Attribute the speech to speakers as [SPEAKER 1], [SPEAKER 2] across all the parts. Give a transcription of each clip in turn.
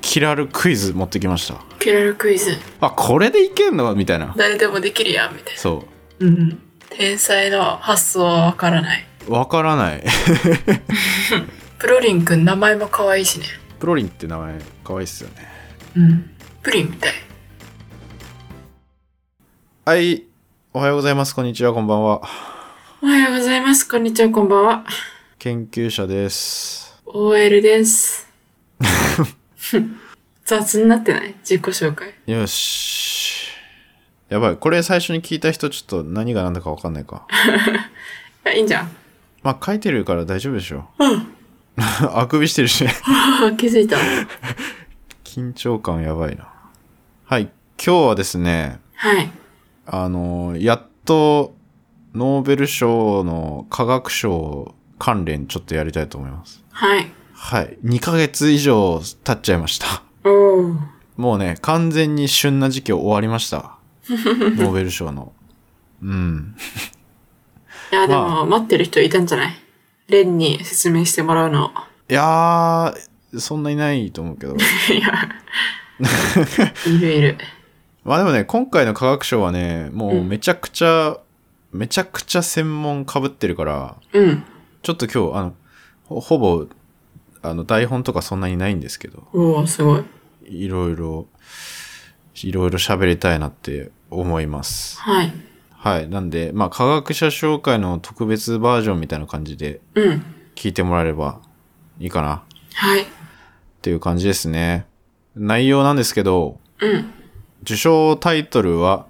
[SPEAKER 1] キラルクイズ持ってきました
[SPEAKER 2] キラルクイズ
[SPEAKER 1] あこれでいけんのみたいな
[SPEAKER 2] 誰でもできるやんみたい
[SPEAKER 1] そ
[SPEAKER 2] な、うん、天才の発想はわからないう
[SPEAKER 1] わからない
[SPEAKER 2] プロリンくん名前も可愛いしね
[SPEAKER 1] プロリンって名前かわいいっすよね
[SPEAKER 2] うんプリンみたい
[SPEAKER 1] はいおはようございますこんにちはこんばんは
[SPEAKER 2] おはようございますこんにちはこんばんは
[SPEAKER 1] 研究者です
[SPEAKER 2] OL です雑になってない自己紹介
[SPEAKER 1] よしやばいこれ最初に聞いた人ちょっと何が何だかわかんないか
[SPEAKER 2] あいいんじゃん
[SPEAKER 1] まあ書いてるから大丈夫でしょ
[SPEAKER 2] う
[SPEAKER 1] あくびしてるしね
[SPEAKER 2] ん 気づいた
[SPEAKER 1] 緊張感やばいなはい今日はですね
[SPEAKER 2] はい
[SPEAKER 1] あのやっとノーベル賞の科学賞関連ちょっとやりたいと思います
[SPEAKER 2] はい
[SPEAKER 1] はい2ヶ月以上経っちゃいました
[SPEAKER 2] おお
[SPEAKER 1] もうね完全に旬な時期終わりました ノーベル賞のうん
[SPEAKER 2] いやでも、
[SPEAKER 1] ま
[SPEAKER 2] 待ってる人いたんじゃないレンに説明してもらうの
[SPEAKER 1] いやーそんないないと思うけど
[SPEAKER 2] いやいるいる
[SPEAKER 1] まあでもね今回の科学賞はねもうめちゃくちゃ、めちゃくちゃ専門かぶってるから
[SPEAKER 2] うん
[SPEAKER 1] ちょっと今日、あの、ほほぼ、あの、台本とかそんなにないんですけど、
[SPEAKER 2] おおすごい
[SPEAKER 1] いろいろ、いろいろ喋りたいなって思います。
[SPEAKER 2] はい
[SPEAKER 1] はい。なんで、まあ、科学者紹介の特別バージョンみたいな感じで
[SPEAKER 2] うん
[SPEAKER 1] 聞いてもらえればいいかな
[SPEAKER 2] はい
[SPEAKER 1] っていう感じですね。内容なんですけど、
[SPEAKER 2] うん
[SPEAKER 1] 受賞タイトルは、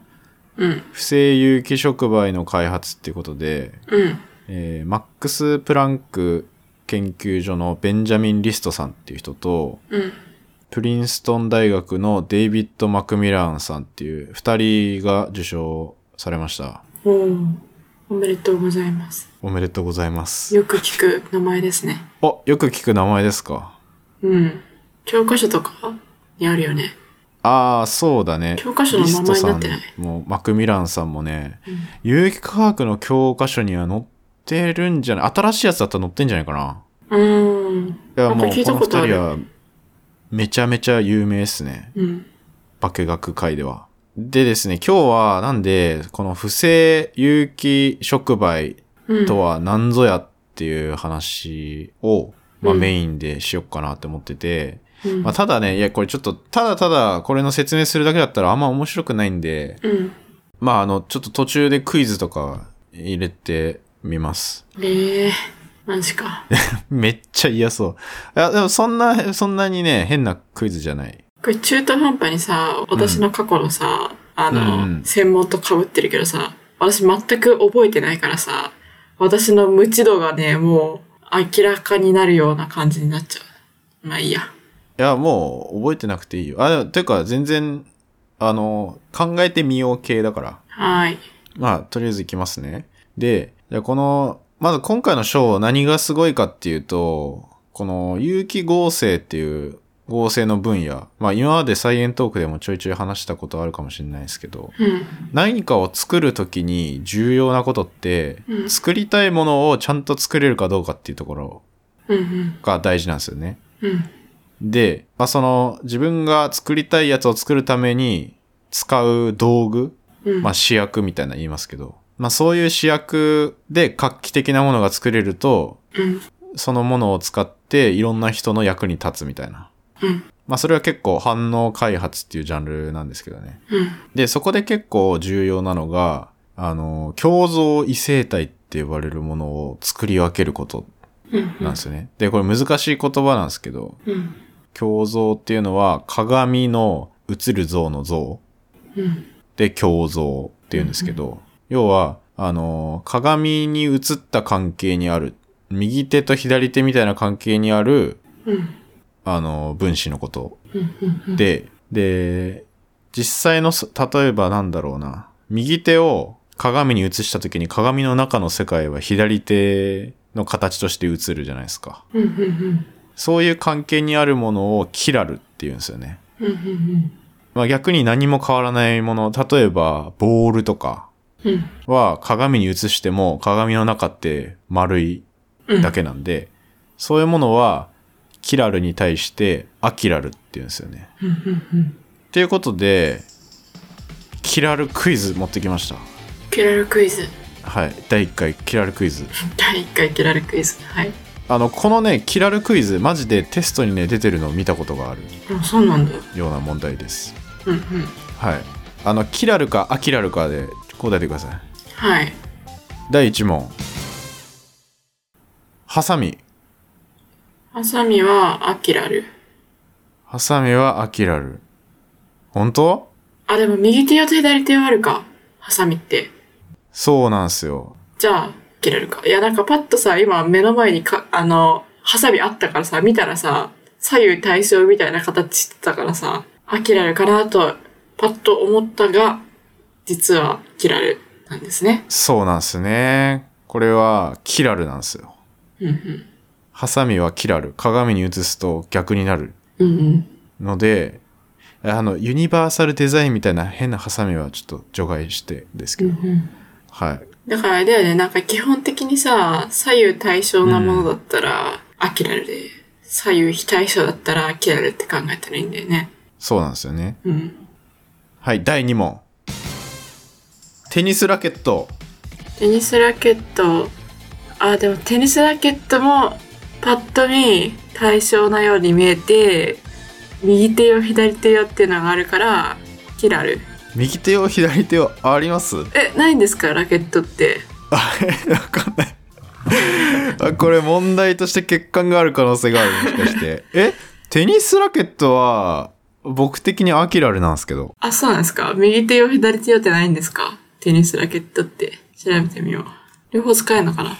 [SPEAKER 2] うん
[SPEAKER 1] 不正有機触媒の開発っていうことで、
[SPEAKER 2] うん
[SPEAKER 1] えーマックス・プランク研究所のベンジャミン・リストさんっていう人と、
[SPEAKER 2] うん
[SPEAKER 1] プリンストン大学のデイビッド・マクミランさんっていう2人が受賞されました。
[SPEAKER 2] おおおめでとうございます
[SPEAKER 1] おめでとうございます。
[SPEAKER 2] よく聞く名前ですね
[SPEAKER 1] お、よく聞く名前ですか
[SPEAKER 2] うん教科書とかにあるよね
[SPEAKER 1] ああ、そうだね。
[SPEAKER 2] 教科書の名前になってない
[SPEAKER 1] リストさんもマクミランさんもね、
[SPEAKER 2] うん
[SPEAKER 1] 有機化学の教科書には載ってるんじゃない新しいやつだったら載ってんじゃないかな
[SPEAKER 2] うーん
[SPEAKER 1] いや、
[SPEAKER 2] なん
[SPEAKER 1] も
[SPEAKER 2] か
[SPEAKER 1] う
[SPEAKER 2] 聞
[SPEAKER 1] こ
[SPEAKER 2] いた
[SPEAKER 1] の
[SPEAKER 2] こ
[SPEAKER 1] 2
[SPEAKER 2] とある
[SPEAKER 1] 人はめちゃめちゃ有名ですね。
[SPEAKER 2] うん
[SPEAKER 1] 化学界では。でですね、今日はなんで、この不正有機触媒
[SPEAKER 2] うん
[SPEAKER 1] とは何ぞやっていう話を、まあ
[SPEAKER 2] うん
[SPEAKER 1] メインでしよっかなって思ってて、
[SPEAKER 2] うん
[SPEAKER 1] まあただね、いやこれちょっと、ただただこれの説明するだけだったらあんま面白くないんで、
[SPEAKER 2] うん
[SPEAKER 1] まああの、ちょっと途中でクイズとか入れてみます。
[SPEAKER 2] ええー、マ ジか
[SPEAKER 1] めっちゃ嫌そう。いや、でもそんな、そんなにね、変なクイズじゃない。
[SPEAKER 2] これ中途半端にさ、私の過去のさ、あの、
[SPEAKER 1] うん
[SPEAKER 2] 専門と被ってるけどさ、私全く覚えてないからさ、私の無知度がね、もう明らかになるような感じになっちゃう。まあいいや。
[SPEAKER 1] いや、もう覚えてなくていいよ。あ、てか全然、あの、考えてみよう系だから。
[SPEAKER 2] はーい。
[SPEAKER 1] まあ、とりあえずいきますね。で、じゃあこの、まず今回の章何がすごいかっていうと、この有機合成っていう合成の分野。まあ今までサイエントークでもちょいちょい話したことあるかもしれないですけど、
[SPEAKER 2] うん。
[SPEAKER 1] 何かを作るときに重要なことって、
[SPEAKER 2] うん
[SPEAKER 1] 作りたいものをちゃんと作れるかどうかっていうところ
[SPEAKER 2] うん
[SPEAKER 1] が大事なんですよね。
[SPEAKER 2] うん。うん。
[SPEAKER 1] で、まあ、その自分が作りたいやつを作るために使う道具、
[SPEAKER 2] うん。
[SPEAKER 1] まあ、試薬みたいなの言いますけど、まあ、そういう試薬で画期的なものが作れると、
[SPEAKER 2] うん。
[SPEAKER 1] そのものを使っていろんな人の役に立つみたいな。
[SPEAKER 2] うん。
[SPEAKER 1] まあ、それは結構反応開発っていうジャンルなんですけどね。
[SPEAKER 2] うん。
[SPEAKER 1] で、そこで結構重要なのが、あの、共造異性体って呼ばれるものを作り分けること
[SPEAKER 2] うん。
[SPEAKER 1] なんですよね。で、これ難しい言葉なんですけど、
[SPEAKER 2] うん。
[SPEAKER 1] 鏡像っていうのは鏡の映る像の像
[SPEAKER 2] うん。
[SPEAKER 1] で鏡像っていうんですけど、要は、あの、鏡に映った関係にある、右手と左手みたいな関係にある、
[SPEAKER 2] うん。
[SPEAKER 1] あの、分子のこと
[SPEAKER 2] うん。うん。
[SPEAKER 1] で、で、実際のそ、例えばなんだろうな、右手を鏡に映した時に鏡の中の世界は左手の形として映るじゃないですか。
[SPEAKER 2] うん。うん。うん。
[SPEAKER 1] そういう関係にあるものをキラルっていうんですよね。
[SPEAKER 2] うん。うん。
[SPEAKER 1] まあ、逆に何も変わらないもの、例えばボールとか
[SPEAKER 2] うん。
[SPEAKER 1] は鏡に映しても鏡の中って丸いだけなんで、そういうものはキラルに対してアキラルってっていうんですよね。
[SPEAKER 2] うんうんうん
[SPEAKER 1] っていうことで、キラルクイズ持ってきました。
[SPEAKER 2] キラルクイズ。
[SPEAKER 1] はい。第1回キラルクイズ。
[SPEAKER 2] 第1回キラルクイズ。はい。
[SPEAKER 1] あの、このね、キラルクイズ、マジでテストにね、出てるのを見たことがある
[SPEAKER 2] でもそうなんだ。
[SPEAKER 1] ような問題です。
[SPEAKER 2] うんうん。
[SPEAKER 1] はい。あの、キラルかアキラルかで答えてください。
[SPEAKER 2] はい。
[SPEAKER 1] 第1問。ハサミ。
[SPEAKER 2] ハサミはアキラル。
[SPEAKER 1] ハサミはアキラル。本当
[SPEAKER 2] あ、でも右手用と左手用あるか。ハサミって。
[SPEAKER 1] そうなんすよ。
[SPEAKER 2] じゃあ、切れるか。いや、なんかパッとさ、今目の前にか、あの、ハサミあったからさ、見たらさ、左右対称みたいな形してたからさ、あ、切れるかなと、パッと思ったが、実は切られるなんですね。
[SPEAKER 1] そうなんすね。これはキラルなんすよ。
[SPEAKER 2] うんうん。
[SPEAKER 1] ハサミはキラル。鏡に映すと逆になる。
[SPEAKER 2] うんうん。
[SPEAKER 1] ので、あの、ユニバーサルデザインみたいな変なハサミはちょっと除外してです
[SPEAKER 2] う
[SPEAKER 1] け
[SPEAKER 2] ん
[SPEAKER 1] ど。
[SPEAKER 2] うん。
[SPEAKER 1] はい。
[SPEAKER 2] だからあれだよね、なんか基本的にさ、左右対称なものだったら、あ、切られるで、左右非対称だったら、切られるって考えたらいいんだよね。
[SPEAKER 1] そうなんですよね。
[SPEAKER 2] うん。
[SPEAKER 1] はい、第2問。テニスラケット。
[SPEAKER 2] テニスラケットあでもテニスラケットもパッと見対称なように見えて右手よ左手よっていうのがあるからキラル
[SPEAKER 1] 右手を左手をあります
[SPEAKER 2] えないんですかラケットって
[SPEAKER 1] あれわかんない。あこれ問題として欠陥がある可能性があるもしかして。えテニスラケットは僕的にアキラルなんですけど。
[SPEAKER 2] あそうなんですか右手よ左手よってないんですかテニスラケットって調べてみよう両方使えるのかな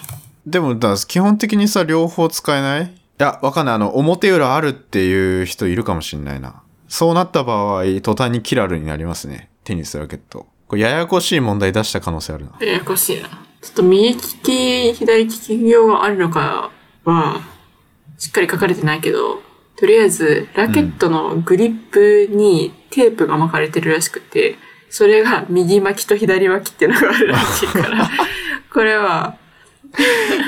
[SPEAKER 1] でもだ基本的にさ両方使えないいやわかんないあの表裏あるっていう人いるかもしんないな。そうなった場合途端にキラルになりますね。テニスラケット。これややこしい問題出した可能性あるな。
[SPEAKER 2] ややこしいなちょっと右利き左利き用があるのかはしっかり書かれてないけどとりあえずラケットのグリップにテープが巻かれてるらしくて、それが右巻きと左巻きっていうのがあるらしいからこれは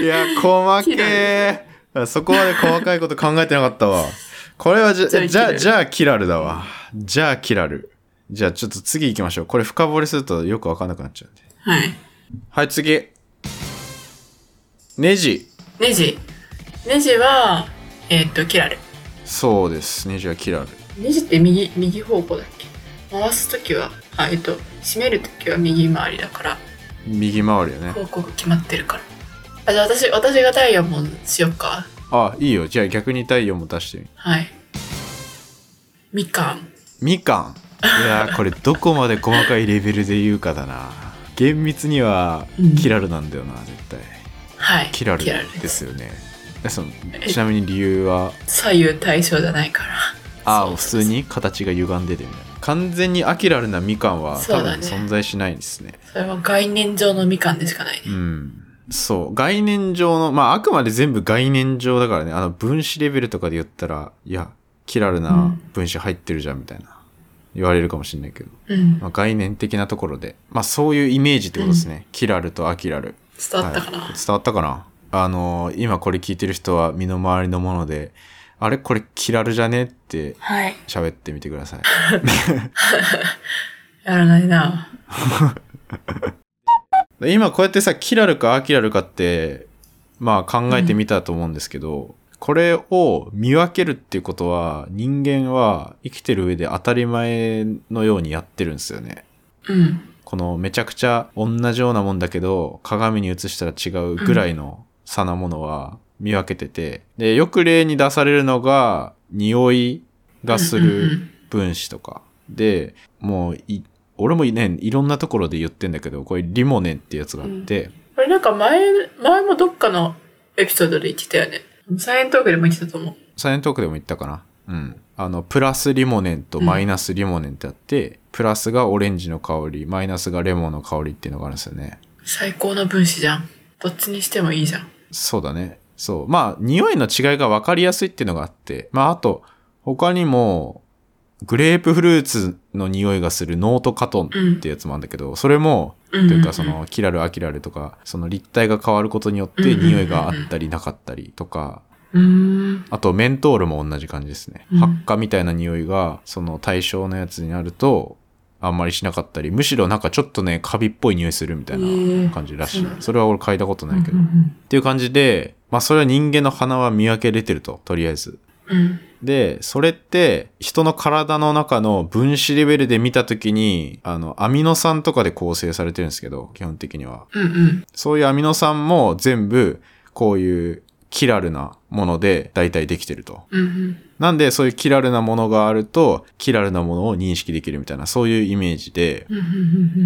[SPEAKER 2] い
[SPEAKER 1] や細けー。そこまで細かいこと考えてなかったわ。これはじ
[SPEAKER 2] じゃあ
[SPEAKER 1] ゃ、じゃ
[SPEAKER 2] キラ
[SPEAKER 1] あ、
[SPEAKER 2] ル
[SPEAKER 1] じゃあキラルだわ。じゃあキラル。じゃあちょっと次行きましょう。これ深掘りするとよくわかんなくなっちゃうんで。
[SPEAKER 2] はい
[SPEAKER 1] はい、次。ネジ。
[SPEAKER 2] ネジネジはえっとキラル
[SPEAKER 1] そうです。ネジはキラル。
[SPEAKER 2] ネジって右右方向だっけ回す時はあえっ、と締める時は右回りだから
[SPEAKER 1] 右回るよね。
[SPEAKER 2] 広告決まってるからあじゃあ私私が第4問しよっか
[SPEAKER 1] あ、いいよ。じゃあ逆に太陽も出してみ。
[SPEAKER 2] はいみかん
[SPEAKER 1] みかん。いやー、これどこまで細かいレベルで言うかだな。厳密には
[SPEAKER 2] うん
[SPEAKER 1] キラルなんだよな、絶対。
[SPEAKER 2] はい
[SPEAKER 1] キラルですよね。えそのちなみに理由は、
[SPEAKER 2] 左右対称じゃないから
[SPEAKER 1] あ
[SPEAKER 2] そう
[SPEAKER 1] あ、普通に形が歪んでてみたいな。完全にアキラルなみかんは
[SPEAKER 2] そ
[SPEAKER 1] 多
[SPEAKER 2] うだ
[SPEAKER 1] 分
[SPEAKER 2] ね
[SPEAKER 1] 存在しないんですね。
[SPEAKER 2] それは概念上のみかんでしかないね
[SPEAKER 1] うん。そう。概念上の、まあ、あくまで全部概念上だからね。あの、分子レベルとかで言ったら、いや、キラルな分子入ってるじゃん、みたいな。言われるかもしれないけど。
[SPEAKER 2] うん
[SPEAKER 1] まあ、概念的なところで。まあ、そういうイメージってことですね。キラルとアキラル。
[SPEAKER 2] 伝わったかな、
[SPEAKER 1] はい伝わったかなあのー今これ聞いてる人は身の回りのもので、あれこれキラルじゃねって
[SPEAKER 2] はい
[SPEAKER 1] 喋ってみてくださ い。
[SPEAKER 2] やらないな
[SPEAKER 1] で今こうやってさキラルかアキラルかってまあ考えてみたと思うんですけど、これを見分けるっていうことは人間は生きてる上で当たり前のようにやってるんですよね。
[SPEAKER 2] うん
[SPEAKER 1] このめちゃくちゃ同じようなもんだけど鏡に映したら違うぐらいの差なものは見分けてて、でよく例に出されるのが匂いがす
[SPEAKER 2] うんうんう
[SPEAKER 1] る
[SPEAKER 2] ん
[SPEAKER 1] 分子とかでもうい俺もねいろんなところで言ってんだけどこれリモネってやつがあって、
[SPEAKER 2] これなんか前前もどっかのエピソードで言ってたよねサイエントークでも言ってたと思う
[SPEAKER 1] サイエントークでも言ったかな。うん。あの、プラスリモネンとマイナスリモネンってあって、プラスがオレンジの香り、マイナスがレモンの香りっていうのがあるんですよね。
[SPEAKER 2] 最高の分子じゃんどっちにしてもいいじゃん
[SPEAKER 1] そうだね。そう。まあ、匂いの違いが分かりやすいっていうのがあって、まあ、あと、他にも、グレープフルーツの匂いがするノートカトンってやつもあるんだけど、それも、と
[SPEAKER 2] うん
[SPEAKER 1] いうかその、キラルアキラルとか、その立体が変わることによって
[SPEAKER 2] うんうんうんうん
[SPEAKER 1] 匂いがあったりなかったりとか、
[SPEAKER 2] うーん。
[SPEAKER 1] あとメントールも同じ感じですね。
[SPEAKER 2] うん
[SPEAKER 1] 発火みたいな匂いがその対象のやつになるとあんまりしなかったり、むしろなんかちょっとね、カビっぽい匂いするみたい
[SPEAKER 2] えー
[SPEAKER 1] な感じらしい
[SPEAKER 2] そうな。ん
[SPEAKER 1] それは俺嗅いだことないけど。
[SPEAKER 2] う
[SPEAKER 1] っ
[SPEAKER 2] ん
[SPEAKER 1] ていう感じで、まあそれは人間の鼻は見分けれてると、とりあえず。
[SPEAKER 2] うんうん。
[SPEAKER 1] で、それって人の体の中の分子レベルで見たときに、あの、アミノ酸とかで構成されてるんですけど、基本的には。
[SPEAKER 2] うんうん。
[SPEAKER 1] そういうアミノ酸も全部こういうキラルなもので大体できてると。
[SPEAKER 2] うんうん。
[SPEAKER 1] なんでそういうキラルなものがあると、キラルなものを認識できるみたいな、そういうイメージで、
[SPEAKER 2] うんうんうんう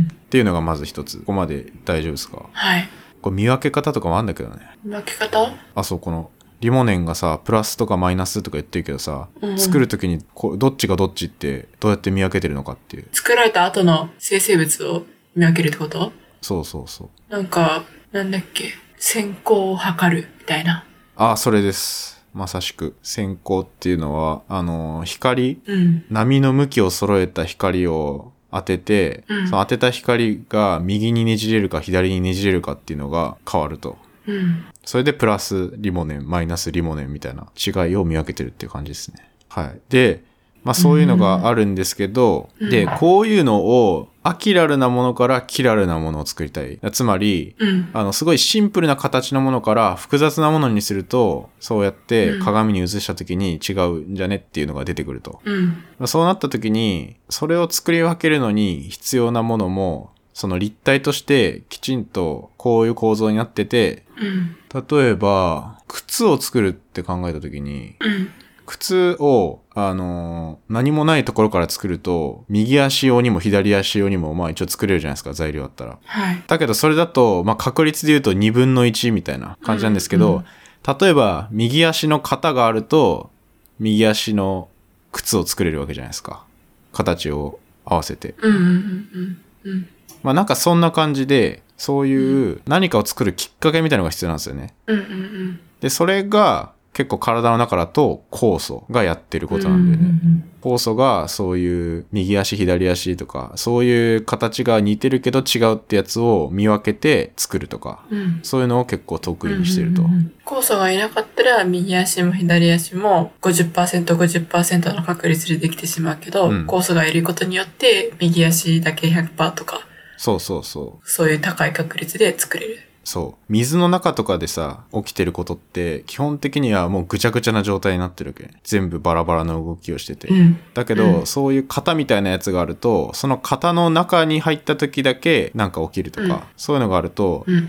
[SPEAKER 2] ん。
[SPEAKER 1] っていうのがまず一つ。ここまで大丈夫ですか
[SPEAKER 2] はい。
[SPEAKER 1] これ見分け方とかもあんだけどね。
[SPEAKER 2] 分け方
[SPEAKER 1] あ、そう、この、リモネンがさ、プラスとかマイナスとか言ってるけどさ、
[SPEAKER 2] うん
[SPEAKER 1] 作るときにこう、どっちがどっちって、どうやって見分けてるのかっていう。
[SPEAKER 2] 作られた後の生成物を見分けるってこと
[SPEAKER 1] そうそうそう。
[SPEAKER 2] なんか、なんだっけ、先行を測るみたいな。
[SPEAKER 1] あ、それです。まさしく。閃光っていうのは、あの、光
[SPEAKER 2] うん。
[SPEAKER 1] 波の向きを揃えた光を当てて、
[SPEAKER 2] うん
[SPEAKER 1] その当てた光が右にねじれるか左にねじれるかっていうのが変わると。
[SPEAKER 2] うん。
[SPEAKER 1] それでプラスリモネン、マイナスリモネンみたいな違いを見分けてるっていう感じですね。はい。で、まあそういうのがあるんですけど、
[SPEAKER 2] うん
[SPEAKER 1] で、こういうのをアキラルなものからキラルなものを作りたい。つまり、
[SPEAKER 2] うん。
[SPEAKER 1] あの、すごいシンプルな形のものから複雑なものにすると、そうやって鏡に映した時に違うんじゃねっていうのが出てくると。
[SPEAKER 2] うん。
[SPEAKER 1] まあそうなった時に、それを作り分けるのに必要なものも、その立体としてきちんとこういう構造になってて、
[SPEAKER 2] うん。
[SPEAKER 1] 例えば、靴を作るって考えた時に、
[SPEAKER 2] うん。
[SPEAKER 1] 靴を、あのー何もないところから作ると、右足用にも左足用にも、まあ一応作れるじゃないですか、材料だったら。
[SPEAKER 2] はい。
[SPEAKER 1] だけどそれだと、まあ、確率で言うと2分の1みたいな感じなんですけ
[SPEAKER 2] うんう
[SPEAKER 1] ど
[SPEAKER 2] ん、
[SPEAKER 1] 例えば右足の型があると、右足の靴を作れるわけじゃないですか。形を合わせて。
[SPEAKER 2] うん。うん。うん。うん。
[SPEAKER 1] まあなんかそんな感じで、そういう何かを作るきっかけみたいなのが必要なんですよね。
[SPEAKER 2] うん。うん。
[SPEAKER 1] で、それが結構体の中だと酵素がやってる
[SPEAKER 2] う
[SPEAKER 1] こ
[SPEAKER 2] ん。
[SPEAKER 1] となんだよね。
[SPEAKER 2] ね。
[SPEAKER 1] 酵素がそういう右足左足とか、そういう形が似てるけど違うってやつを見分けて作るとか、
[SPEAKER 2] うん。
[SPEAKER 1] そういうのを結構得意にしてると。
[SPEAKER 2] うんうんうんうん。酵素がいなかったら、右足も左足も50%、50%の確率でできてしまうけど、
[SPEAKER 1] うん
[SPEAKER 2] 酵素がいることによって、右足だけ100%とか、
[SPEAKER 1] そうそうそう。
[SPEAKER 2] そういう高い確率で作れる。
[SPEAKER 1] そう。水の中とかでさ、起きてることって、基本的にはもうぐちゃぐちゃな状態になってるわけ。全部バラバラの動きをしてて。
[SPEAKER 2] うん。
[SPEAKER 1] だけど、
[SPEAKER 2] うん
[SPEAKER 1] そういう型みたいなやつがあると、その型の中に入った時だけなんか起きるとか、
[SPEAKER 2] うん
[SPEAKER 1] そういうのがあると、
[SPEAKER 2] うん。うん。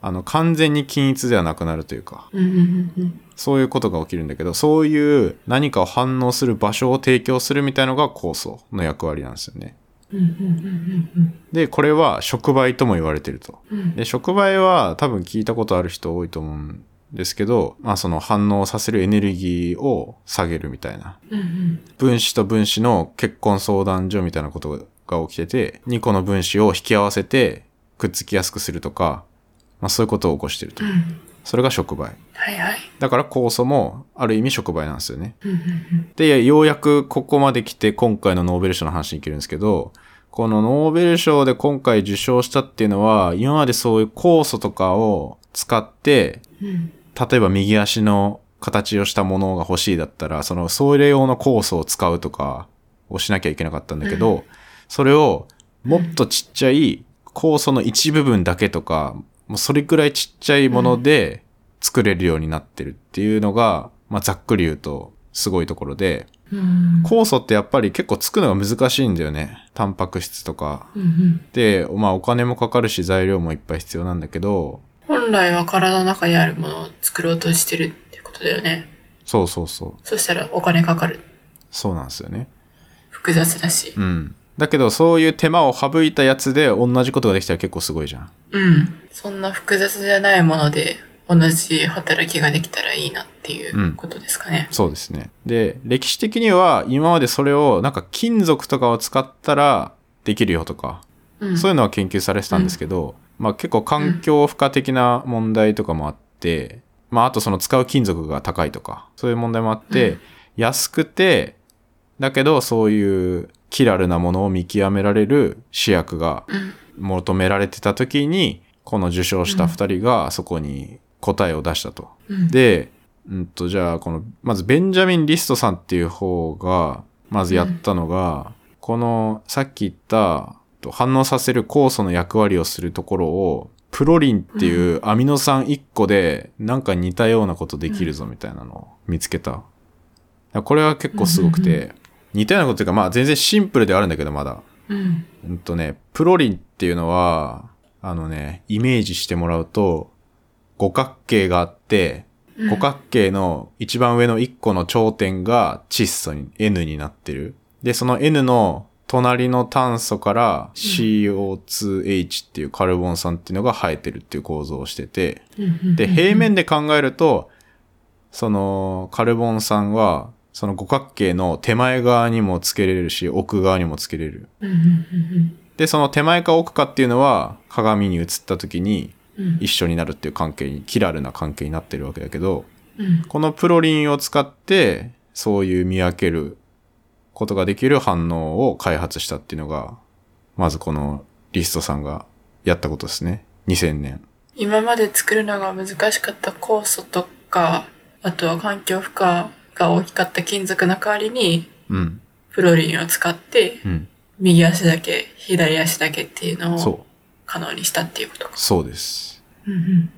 [SPEAKER 1] あの、完全に均一ではなくなるというか、
[SPEAKER 2] うん。うんうん。うん。
[SPEAKER 1] そういうことが起きるんだけど、そういう何かを反応する場所を提供するみたいのが酵素の役割なんですよね。
[SPEAKER 2] うんうんうん
[SPEAKER 1] で、これは触媒とも言われてると。
[SPEAKER 2] うんうん
[SPEAKER 1] で、触媒は多分聞いたことある人多いと思うんですけど、まあその反応させるエネルギーを下げるみたいな。
[SPEAKER 2] うんうん
[SPEAKER 1] 分子と分子の結婚相談所みたいなことが起きてて、2個の分子を引き合わせてくっつきやすくするとか、まあそういうことを起こしてると
[SPEAKER 2] う。ん
[SPEAKER 1] それが触媒。
[SPEAKER 2] はいはい
[SPEAKER 1] だから酵素もある意味触媒なんですよね。
[SPEAKER 2] うんうん
[SPEAKER 1] で、ようやくここまで来て今回のノーベル賞の話に行けるんですけど、このノーベル賞で今回受賞したっていうのは、今までそういう酵素とかを使って、
[SPEAKER 2] うんうん
[SPEAKER 1] 例えば右足の形をしたものが欲しいだったら、そのそれ用の酵素を使うとかをしなきゃいけなかったんだけど、それをもっとちっちゃい酵素の一部分だけとか、もうそれくらいちっちゃいもので作れるようになってるっていうのが、まあざっくり言うとすごいところで、
[SPEAKER 2] うん
[SPEAKER 1] 酵素ってやっぱり結構作るのが難しいんだよね。タンパク質とか。
[SPEAKER 2] うん
[SPEAKER 1] で、まあお金もかかるし材料もいっぱい必要なんだけど、
[SPEAKER 2] 本来は体の中にあるものを作ろうとしてるってことだよね
[SPEAKER 1] そうそうそう。
[SPEAKER 2] そしたらお金かかる
[SPEAKER 1] そうなんですよね。
[SPEAKER 2] 複雑だし
[SPEAKER 1] うん。だけどそういう手間を省いたやつで同じことができたら結構すごいじゃん。
[SPEAKER 2] うんそんな複雑じゃないもので同じ働きができたらいいなっていうことですかね
[SPEAKER 1] そうですね。で、歴史的には今までそれをなんか金属とかを使ったらできるよとか、
[SPEAKER 2] うん
[SPEAKER 1] そういうのは研究されてたんですけど、まあ結構環境負荷的な問題とかもあって、まああとその使う金属が高いとか、そういう問題もあって、
[SPEAKER 2] うん
[SPEAKER 1] 安くて、だけどそういうキラルなものを見極められる試薬が
[SPEAKER 2] うん
[SPEAKER 1] 求められてた時に、この受賞した二人がそこに答えを出したと。
[SPEAKER 2] うん
[SPEAKER 1] で、うんと、じゃあ、この、まずベンジャミン・リストさんっていう方が、まずやったのが、この、さっき言った、と反応させる酵素の役割をするところを、プロリンっていうアミノ酸1個で、なんか似たようなことできるぞみたいなのを見つけた。だからこれは結構すごく
[SPEAKER 2] うん
[SPEAKER 1] て、似たようなことというか、まあ全然シンプルではあるんだけど、まだ。
[SPEAKER 2] うん。
[SPEAKER 1] うんとね、プロリンっていうのは、あのね、イメージしてもらうと、五角形があって、
[SPEAKER 2] うん
[SPEAKER 1] 五角形の一番上の1個の頂点が窒素に、N になってる。で、その N の隣の炭素から CO2H っていうカルボン酸っていうのが生えてるっていう構造をしてて、で、平面で考えると、そのカルボン酸は、その五角形の手前側にもつけれるし、奥側にもつけれる。
[SPEAKER 2] うんうん
[SPEAKER 1] で、その手前か奥かっていうのは、鏡に映った時に
[SPEAKER 2] うんうん
[SPEAKER 1] 一緒になるっていう関係に、キラルな関係になってるわけだけど、
[SPEAKER 2] うん
[SPEAKER 1] このプロリンを使って、そういう見分けることができる反応を開発したっていうのが、まずこのリストさんがやったことですね。2000年。
[SPEAKER 3] 今まで作るのが難しかった酵素とか、あとは環境負荷が大きかった金属の代わりに、
[SPEAKER 1] うん。
[SPEAKER 3] フロリンを使って、
[SPEAKER 1] うん。
[SPEAKER 3] 右足だけ、左足だけっていうのを
[SPEAKER 1] そう。
[SPEAKER 3] 可能にしたっていうことか。
[SPEAKER 1] そうです。
[SPEAKER 2] うんうん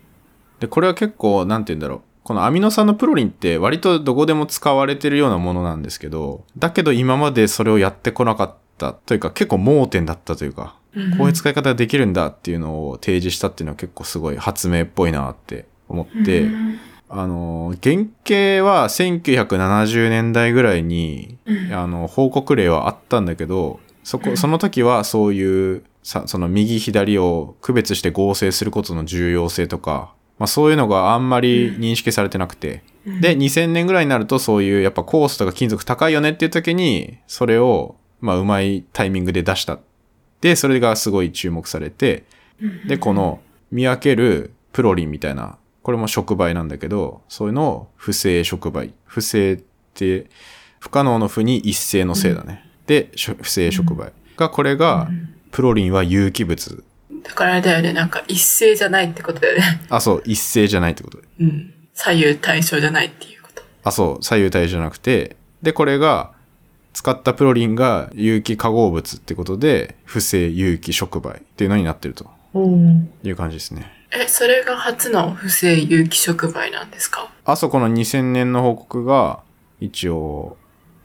[SPEAKER 1] で、これは結構、なんて言うんだろう。このアミノ酸のプロリンって割とどこでも使われてるようなものなんですけど、だけど今までそれをやってこなかったというか結構盲点だったというか、
[SPEAKER 3] うん
[SPEAKER 1] こういう使い方ができるんだっていうのを提示したっていうのは結構すごい発明っぽいなって思って、
[SPEAKER 3] うん
[SPEAKER 1] あの、原型は1970年代ぐらいに、
[SPEAKER 3] うん
[SPEAKER 1] あの、報告例はあったんだけど、そこ、その時はそういう、さその右左を区別して合成することの重要性とか、まあそういうのがあんまり認識されてなくて。で、2000年ぐらいになるとそういうやっぱコースとか金属高いよねっていう時に、それを、まあうまいタイミングで出した。で、それがすごい注目されて、で、この見分けるプロリンみたいな、これも触媒なんだけど、そういうのを不正触媒。不正って不可能の不に一斉のせいだね。で、しょ不正触媒。が、これが、プロリンは有機物。
[SPEAKER 3] だからあれだよね、なんか一斉じゃないってことだよね。
[SPEAKER 1] あ、そう、一斉じゃないってこと。
[SPEAKER 3] うん。左右対称じゃないっていうこと。
[SPEAKER 1] あ、そう、左右対じゃなくて、で、これが、使ったプロリンが有機化合物ってことで、不正有機触媒っていうのになってるという感じですね。
[SPEAKER 3] え、それが初の不正有機触媒なんですか
[SPEAKER 1] あそこの2000年の報告が、一応、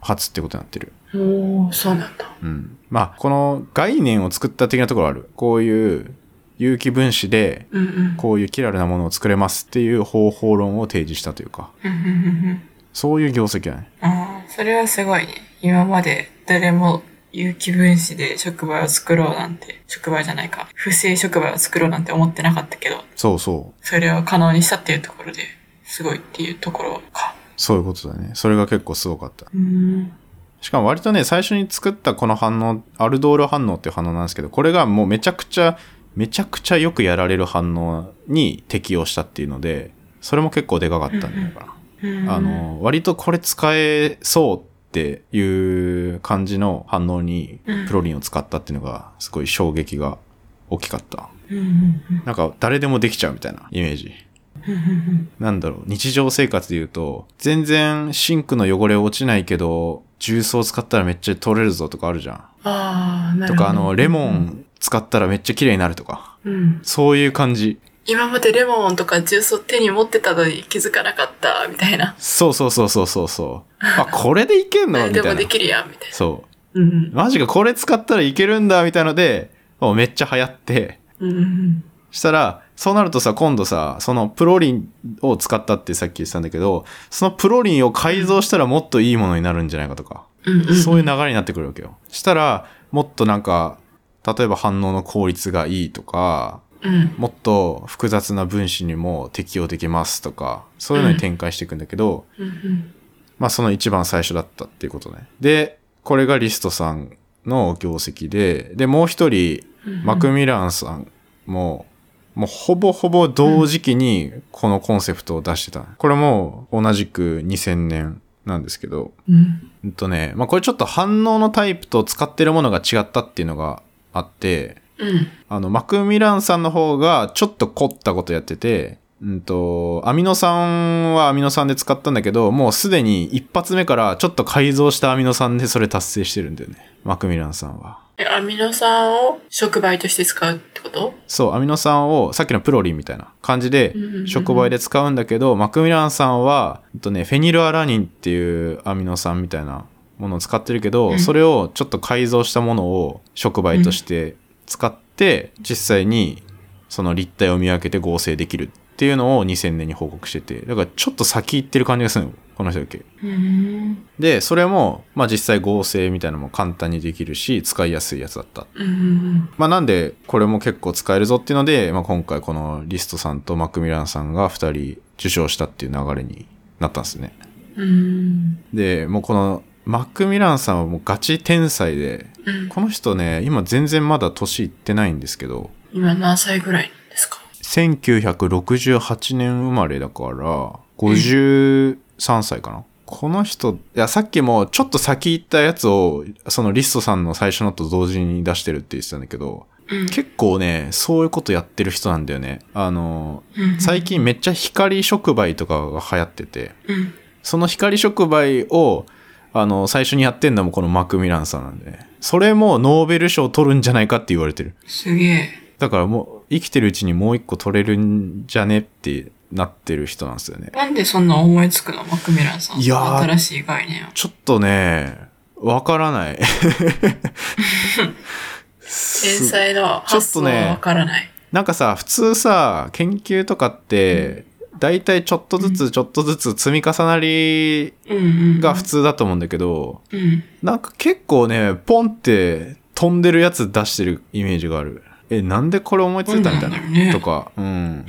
[SPEAKER 1] 初ってことになってる。
[SPEAKER 3] おお、そうなんだ。
[SPEAKER 1] うん。まあ、この概念を作った的なところはある。こういう有機分子で、
[SPEAKER 3] うんうん。
[SPEAKER 1] こういうキラルなものを作れますっていう方法論を提示したというか、
[SPEAKER 3] うんうんうんうん
[SPEAKER 1] そういう業績だね。
[SPEAKER 3] ああ、それはすごいね。今まで誰も有機分子で触媒を作ろうなんて、触媒じゃないか、不正触媒を作ろうなんて思ってなかったけど、
[SPEAKER 1] そうそう。
[SPEAKER 3] それを可能にしたっていうところで、すごいっていうところか。
[SPEAKER 1] そういうことだね。それが結構すごかった。
[SPEAKER 3] うん。
[SPEAKER 1] しかも割とね、最初に作ったこの反応、アルドール反応っていう反応なんですけど、これがもうめちゃくちゃ、めちゃくちゃよくやられる反応に適応したっていうので、それも結構でかかったんじゃないかな。あ、の、割とこれ使えそうっていう感じの反応に
[SPEAKER 3] うん
[SPEAKER 1] プロリンを使ったっていうのが、すごい衝撃が大きかった。
[SPEAKER 3] うんうんうん
[SPEAKER 1] なんか誰でもできちゃうみたいなイメージ。
[SPEAKER 3] うんうん
[SPEAKER 1] なんだろう、日常生活で言うと、全然シンクの汚れ落ちないけど、重曹使ったらめっちゃ取れるぞとかあるじゃん。
[SPEAKER 3] ああ、な
[SPEAKER 1] と
[SPEAKER 3] るほど。
[SPEAKER 1] か、あの、レモン使ったらめっちゃ綺麗になるとか。
[SPEAKER 3] うん。
[SPEAKER 1] そういう感じ。
[SPEAKER 3] 今までレモンとか重曹手に持ってたのに気づかなかった、みたいな。
[SPEAKER 1] そうそうそうそうそうそう。あ、これでいけん の
[SPEAKER 3] 何
[SPEAKER 1] み
[SPEAKER 3] で
[SPEAKER 1] た
[SPEAKER 3] も
[SPEAKER 1] いな
[SPEAKER 3] で。きるやん、みたいな。
[SPEAKER 1] そ
[SPEAKER 3] うん
[SPEAKER 1] う。マジか、これ使ったらいけるんだ、みたいので、もうめっちゃ流行って、
[SPEAKER 3] うん。うんうん
[SPEAKER 1] したら、そうなるとさ、今度さ、そのプロリンを使ったってさっき言ってたんだけど、そのプロリンを改造したらもっといいものになるんじゃないかとか。
[SPEAKER 3] うんうん。
[SPEAKER 1] そういう流れになってくるわけよ。したら、もっとなんか、例えば反応の効率がいいとか、
[SPEAKER 3] うん。
[SPEAKER 1] もっと複雑な分子にも適応できますとか、そういうのに展開していくんだけど、
[SPEAKER 3] うんうん。
[SPEAKER 1] まあその一番最初だったっていうことね。で、これがリストさんの業績で、で、もう一人、マクミランさんも、もうほぼほぼ同時期にこのコンセプトを出してた。これも同じく2000年なんですけど、
[SPEAKER 3] うん。
[SPEAKER 1] うんとね、まあ、これちょっと反応のタイプと使ってるものが違ったっていうのがあって、
[SPEAKER 3] うん。
[SPEAKER 1] あの、マクミランさんの方がちょっと凝ったことやってて、うんと、アミノ酸はアミノ酸で使ったんだけど、もうすでに一発目からちょっと改造したアミノ酸でそれ達成してるんだよね。マクミランさんは。
[SPEAKER 3] え、アミノ酸を触媒として使うってこと
[SPEAKER 1] そう、アミノ酸をさっきのプロリンみたいな感じで
[SPEAKER 3] うんうんうん
[SPEAKER 1] 触媒で使うんだけど、マクミランさんは、えっとね、フェニルアラニンっていうアミノ酸みたいなものを使ってるけど、
[SPEAKER 3] うん
[SPEAKER 1] それをちょっと改造したものを触媒として使って、実際にその立体を見分けて合成できるっていうのを2000年に報告してて、だからちょっと先行ってる感じがするの、この人だけ。
[SPEAKER 3] うん。
[SPEAKER 1] で、それも、まあ実際合成みたいなのも簡単にできるし、使いやすいやつだった
[SPEAKER 3] うん。
[SPEAKER 1] まあなんで、これも結構使えるぞっていうので、まあ今回このリストさんとマクミランさんが二人受賞したっていう流れになったんですね。
[SPEAKER 3] うん。
[SPEAKER 1] で、もうこのマクミランさんはもうガチ天才で、
[SPEAKER 3] うん。
[SPEAKER 1] この人ね、今全然まだ年いってないんですけど、
[SPEAKER 3] 今何歳ぐらいですか
[SPEAKER 1] 1968年生まれだから、53歳かな。この人、いや、さっきもちょっと先行ったやつを、そのリストさんの最初のと同時に出してるって言ってたんだけど、
[SPEAKER 3] うん
[SPEAKER 1] 結構ね、そういうことやってる人なんだよね。あの、最近めっちゃ光触媒とかが流行ってて、
[SPEAKER 3] うん。
[SPEAKER 1] その光触媒を、あの、最初にやってんのもこのマクミランさんなんでね。それもノーベル賞取るんじゃないかって言われてる。
[SPEAKER 3] すげえ。
[SPEAKER 1] だからもう、生きてるうちにもう一個取れるんじゃねってなってる人なんですよね。
[SPEAKER 3] なんでそんな思いつくのマクミランさん。
[SPEAKER 1] いやー
[SPEAKER 3] 新しい概念を。
[SPEAKER 1] ちょっとね、わからない。
[SPEAKER 3] 天才の発想はわからない。
[SPEAKER 1] なんかさ、普通さ、研究とかって、だいたいちょっとずつちょっとずつ積み重なり
[SPEAKER 3] うんうん。
[SPEAKER 1] が普通だと思うんだけど、
[SPEAKER 3] うん。
[SPEAKER 1] なんか結構ね、ポンって飛んでるやつ出してるイメージがある。え、なんでこれ思いついたみたい
[SPEAKER 3] どうなんだろう
[SPEAKER 1] な。
[SPEAKER 3] ね
[SPEAKER 1] とか、うん。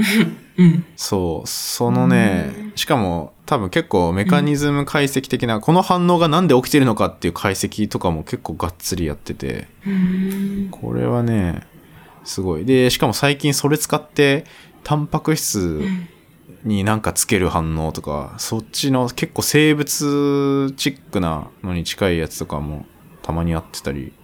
[SPEAKER 3] うん。
[SPEAKER 1] そう、そのね、しかも多分結構メカニズム解析的な、この反応がなんで起きてるのかっていう解析とかも結構がっつりやってて、
[SPEAKER 3] うん。
[SPEAKER 1] これはね、すごい。で、しかも最近それ使って、タンパク質になんかつける反応とか、そっちの結構生物チックなのに近いやつとかもたまにやってたり、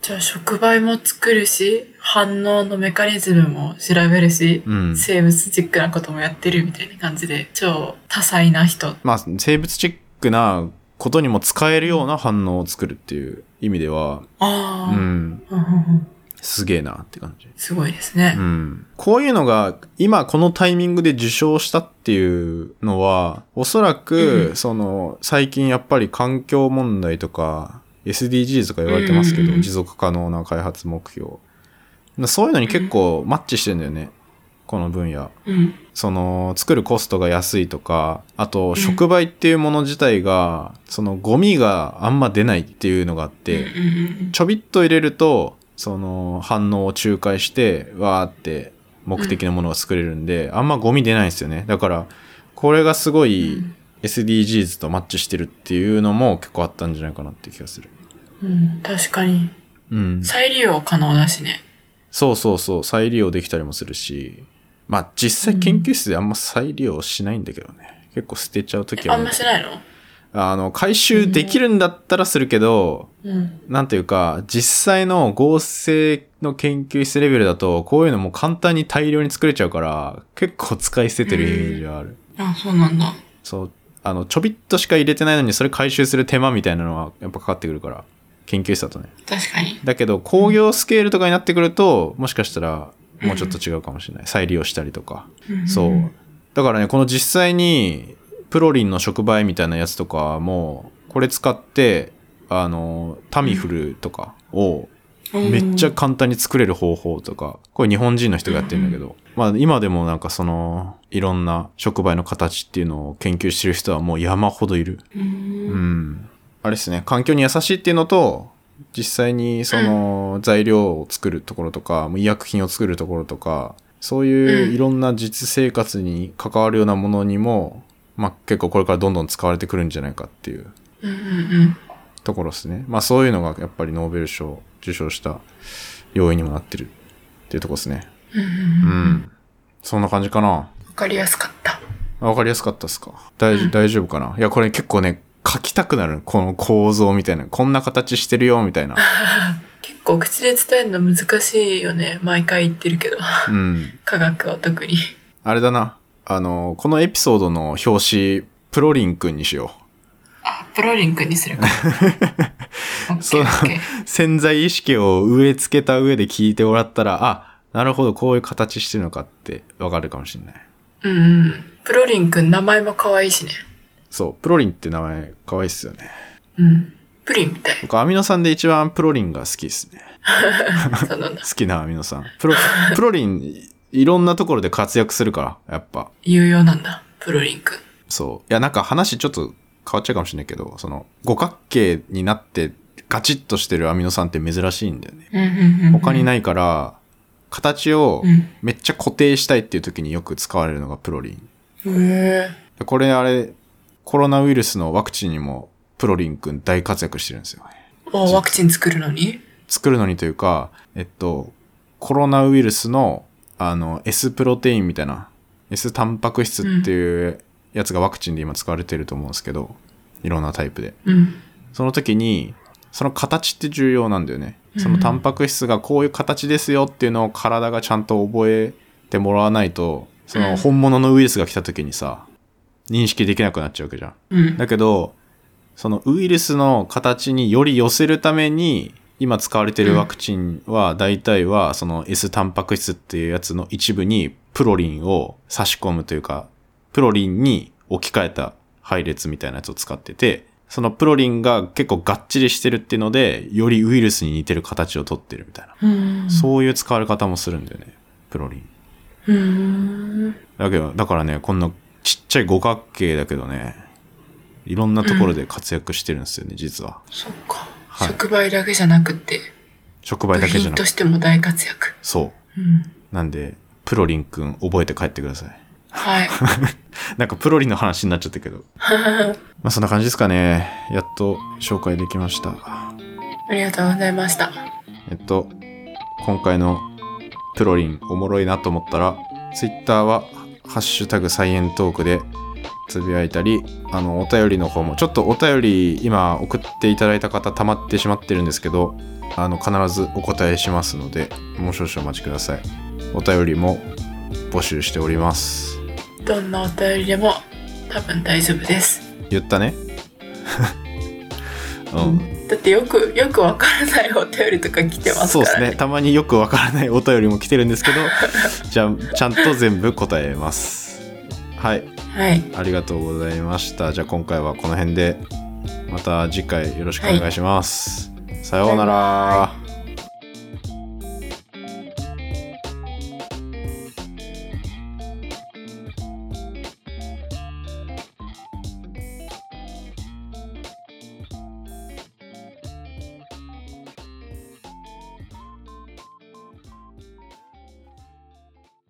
[SPEAKER 3] じゃあ、触媒も作るし、反応のメカニズムも調べるし、
[SPEAKER 1] うん。
[SPEAKER 3] 生物チックなこともやってるみたいな感じで、超多彩な人。
[SPEAKER 1] まあ、生物チックなことにも使えるような反応を作るっていう意味では、う
[SPEAKER 3] ああ、
[SPEAKER 1] ん、
[SPEAKER 3] うんうんうん
[SPEAKER 1] すげえなって感じ。
[SPEAKER 3] すごいですね
[SPEAKER 1] う。ん。こういうのが今このタイミングで受賞したっていうのは、おそら
[SPEAKER 3] う
[SPEAKER 1] く、その、最近やっぱり環境問題とか、SDGs とか言われてますけ
[SPEAKER 3] うんうんう
[SPEAKER 1] ど、
[SPEAKER 3] ん
[SPEAKER 1] 持続可能な開発目標。そういうのに結構マッチしてんだよね。この分野。
[SPEAKER 3] うん。
[SPEAKER 1] その、作るコストが安いとか、あと、触媒っていうもの自体が、その、ゴミがあんま出ないっていうのがあって、
[SPEAKER 3] うんうん
[SPEAKER 1] ちょびっと入れると、その反応を仲介して、わーって目的のものが作れるんで、あんまゴミ出ないんですよね。だから、これがすごい SDGs とマッチしてるっていうのも結構あったんじゃないかなって気がする。
[SPEAKER 3] うんうん、確かに。
[SPEAKER 1] うん。
[SPEAKER 3] 再利用可能だしね。
[SPEAKER 1] そうそうそう、再利用できたりもするし、まあ実際研究室であんま再利用しないんだけどね。結構捨てちゃうときは
[SPEAKER 3] あ
[SPEAKER 1] も
[SPEAKER 3] ん
[SPEAKER 1] う
[SPEAKER 3] ま、しないの
[SPEAKER 1] あの、回収できるんだったらするけど、
[SPEAKER 3] うん。
[SPEAKER 1] なんていうか、実際の合成の研究室レベルだと、こういうのも簡単に大量に作れちゃうから、結構使い捨ててるイメージはある。
[SPEAKER 3] あ、そうなんだ。
[SPEAKER 1] そう、あの、ちょびっとしか入れてないのに、それ回収する手間みたいなのはやっぱかかってくるから、研究室だとね。
[SPEAKER 3] 確かに。
[SPEAKER 1] だけど、工業スケールとかになってくると、もしかしたら、もうちょっと違うかもしれない。再利用したりとか。そう。だからね、この実際に、プロリンの触媒みたいなやつとかも、これ使って、あの、タミフルとか
[SPEAKER 3] う
[SPEAKER 1] を、
[SPEAKER 3] ん
[SPEAKER 1] めっちゃ簡単に作れる方法とか、これ日本人の人がやってるんだけど、まあ今でもなんかその、いろんな触媒の形っていうのを研究してる人はもう山ほどいる。
[SPEAKER 3] うん
[SPEAKER 1] うん。あれですね、環境に優しいっていうのと、実際にその材料を作るところとか、もう医薬品を作るところとか、そういううんいろんな実生活に関わるようなものにも、まあ結構これからどんどん使われてくるんじゃないかっていう
[SPEAKER 3] うんうん
[SPEAKER 1] ところですね。まあそういうのがやっぱりノーベル賞を受賞した要因にもなってるっていうところですね。
[SPEAKER 3] うん。うん
[SPEAKER 1] う
[SPEAKER 3] うん
[SPEAKER 1] ん。そんな感じかな。
[SPEAKER 3] わかりやすかった。
[SPEAKER 1] あわかりやすかったですか大丈大丈夫かないや、これ結構ね、書きたくなる。この構造みたいな。こんな形してるよ、みたいな。
[SPEAKER 3] 結
[SPEAKER 2] 構口で伝えるの難しいよね。毎回言ってるけど。
[SPEAKER 1] うん。
[SPEAKER 2] 科学は特に。
[SPEAKER 1] あれだな。あの、このエピソードの表紙、プロリン君にしよ
[SPEAKER 2] あ、プロリンクに するか。オッ
[SPEAKER 1] そう
[SPEAKER 2] ケーオッケー。
[SPEAKER 1] う。潜在意識を植え付けた上で聞いてもらったら、あ、なるほど、こういう形してるのかってわかるかもしれない。
[SPEAKER 2] うんうん。プロリンくん名前も可愛いしね。
[SPEAKER 1] そう、プロリンって名前可愛いっすよね。
[SPEAKER 2] うん。プリンみ たい。
[SPEAKER 1] 僕、アミノ酸で一番プロリンが好きですね。
[SPEAKER 2] そうなんだ。
[SPEAKER 1] 好きなアミノ酸。プロ、プロリン、いいろんなところで活躍するから、やっぱ。
[SPEAKER 2] 有用なんだ。プロリンくん。
[SPEAKER 1] そう。いや、なんか話ちょっと変わっちゃうかもしれないけど、その、五角形になってガチッとしてるアミノ酸って珍しいんだよね。
[SPEAKER 2] うんうんうん。
[SPEAKER 1] 他に
[SPEAKER 2] い。
[SPEAKER 1] ないから、形を
[SPEAKER 2] うん
[SPEAKER 1] めっちゃ固定したいっていう時によく使われるのがプロリン。
[SPEAKER 2] へ
[SPEAKER 1] これあれ、コロナウイルスのワクチンにもプロリンくん大活躍してるんですよ。
[SPEAKER 2] ーおワクチン作るのに
[SPEAKER 1] 作るのにというか、えっと、コロナウイルスの、あの、S プロテインみたいな、S タンパク質っていうやつがワクチンで今使われてると思うんですけど、いろんなタイプで。
[SPEAKER 2] うん。
[SPEAKER 1] その時に、その形って重要なんだよね。そのタンパク質がこういう形ですよっていうのを体がちゃんと覚えてもらわないと、その本物のウイルスが来た時にさ、認識できなくなっちゃうわけじゃん。
[SPEAKER 2] うん。
[SPEAKER 1] だけど、そのウイルスの形により寄せるために、今使われてるワクチンは、大体は、その S タンパク質っていうやつの一部に、プロリンを差し込むというか、プロリンに置き換えた配列みたいなやつを使ってて、そのプロリンが結構がっちりしてるっていうので、よりウイルスに似てる形をとってるみたいな。
[SPEAKER 2] うん。
[SPEAKER 1] そういう使われ方もするんだよね、プロリン。
[SPEAKER 2] うん。
[SPEAKER 1] だけど、だからね、こんなちっちゃい五角形だけどね、いろんなところで活躍してるんですよね、実は。
[SPEAKER 2] そっか。
[SPEAKER 1] はい
[SPEAKER 2] 触媒だけじゃなくて、
[SPEAKER 1] 触
[SPEAKER 2] 部
[SPEAKER 1] 媒だけじゃ
[SPEAKER 2] 品
[SPEAKER 1] なく
[SPEAKER 2] としても大活躍。
[SPEAKER 1] そう。
[SPEAKER 2] うん。
[SPEAKER 1] なんで、プロリンくん覚えて帰ってください。
[SPEAKER 2] はい。
[SPEAKER 1] なんかプロリンの話になっちゃったけど。まあそんな感じですかね。やっと紹介できました。
[SPEAKER 2] ありがとうございました。
[SPEAKER 1] えっと、今回のプロリンおもろいなと思ったら、Twitter は、ハッシュタグサイエントークでつぶやいたり、あの、お便りの方も、ちょっとお便り今送っていただいた方溜まってしまってるんですけど、あの、必ずお答えしますので、もう少々お待ちください。お便りも募集しております。
[SPEAKER 2] どんなお便りでも多分大丈夫です。
[SPEAKER 1] 言ったね うん。
[SPEAKER 2] だってよく、よくわからないお便りとか来てます
[SPEAKER 1] そう
[SPEAKER 2] か
[SPEAKER 1] です
[SPEAKER 2] らね。
[SPEAKER 1] ねたまによくわからないお便りも来てるんです けどじゃあちゃんと全部答えますはい
[SPEAKER 2] はい。
[SPEAKER 1] ありがとうございましたじゃあ今回はこの辺でまた次回よろしくお願いします、さようなら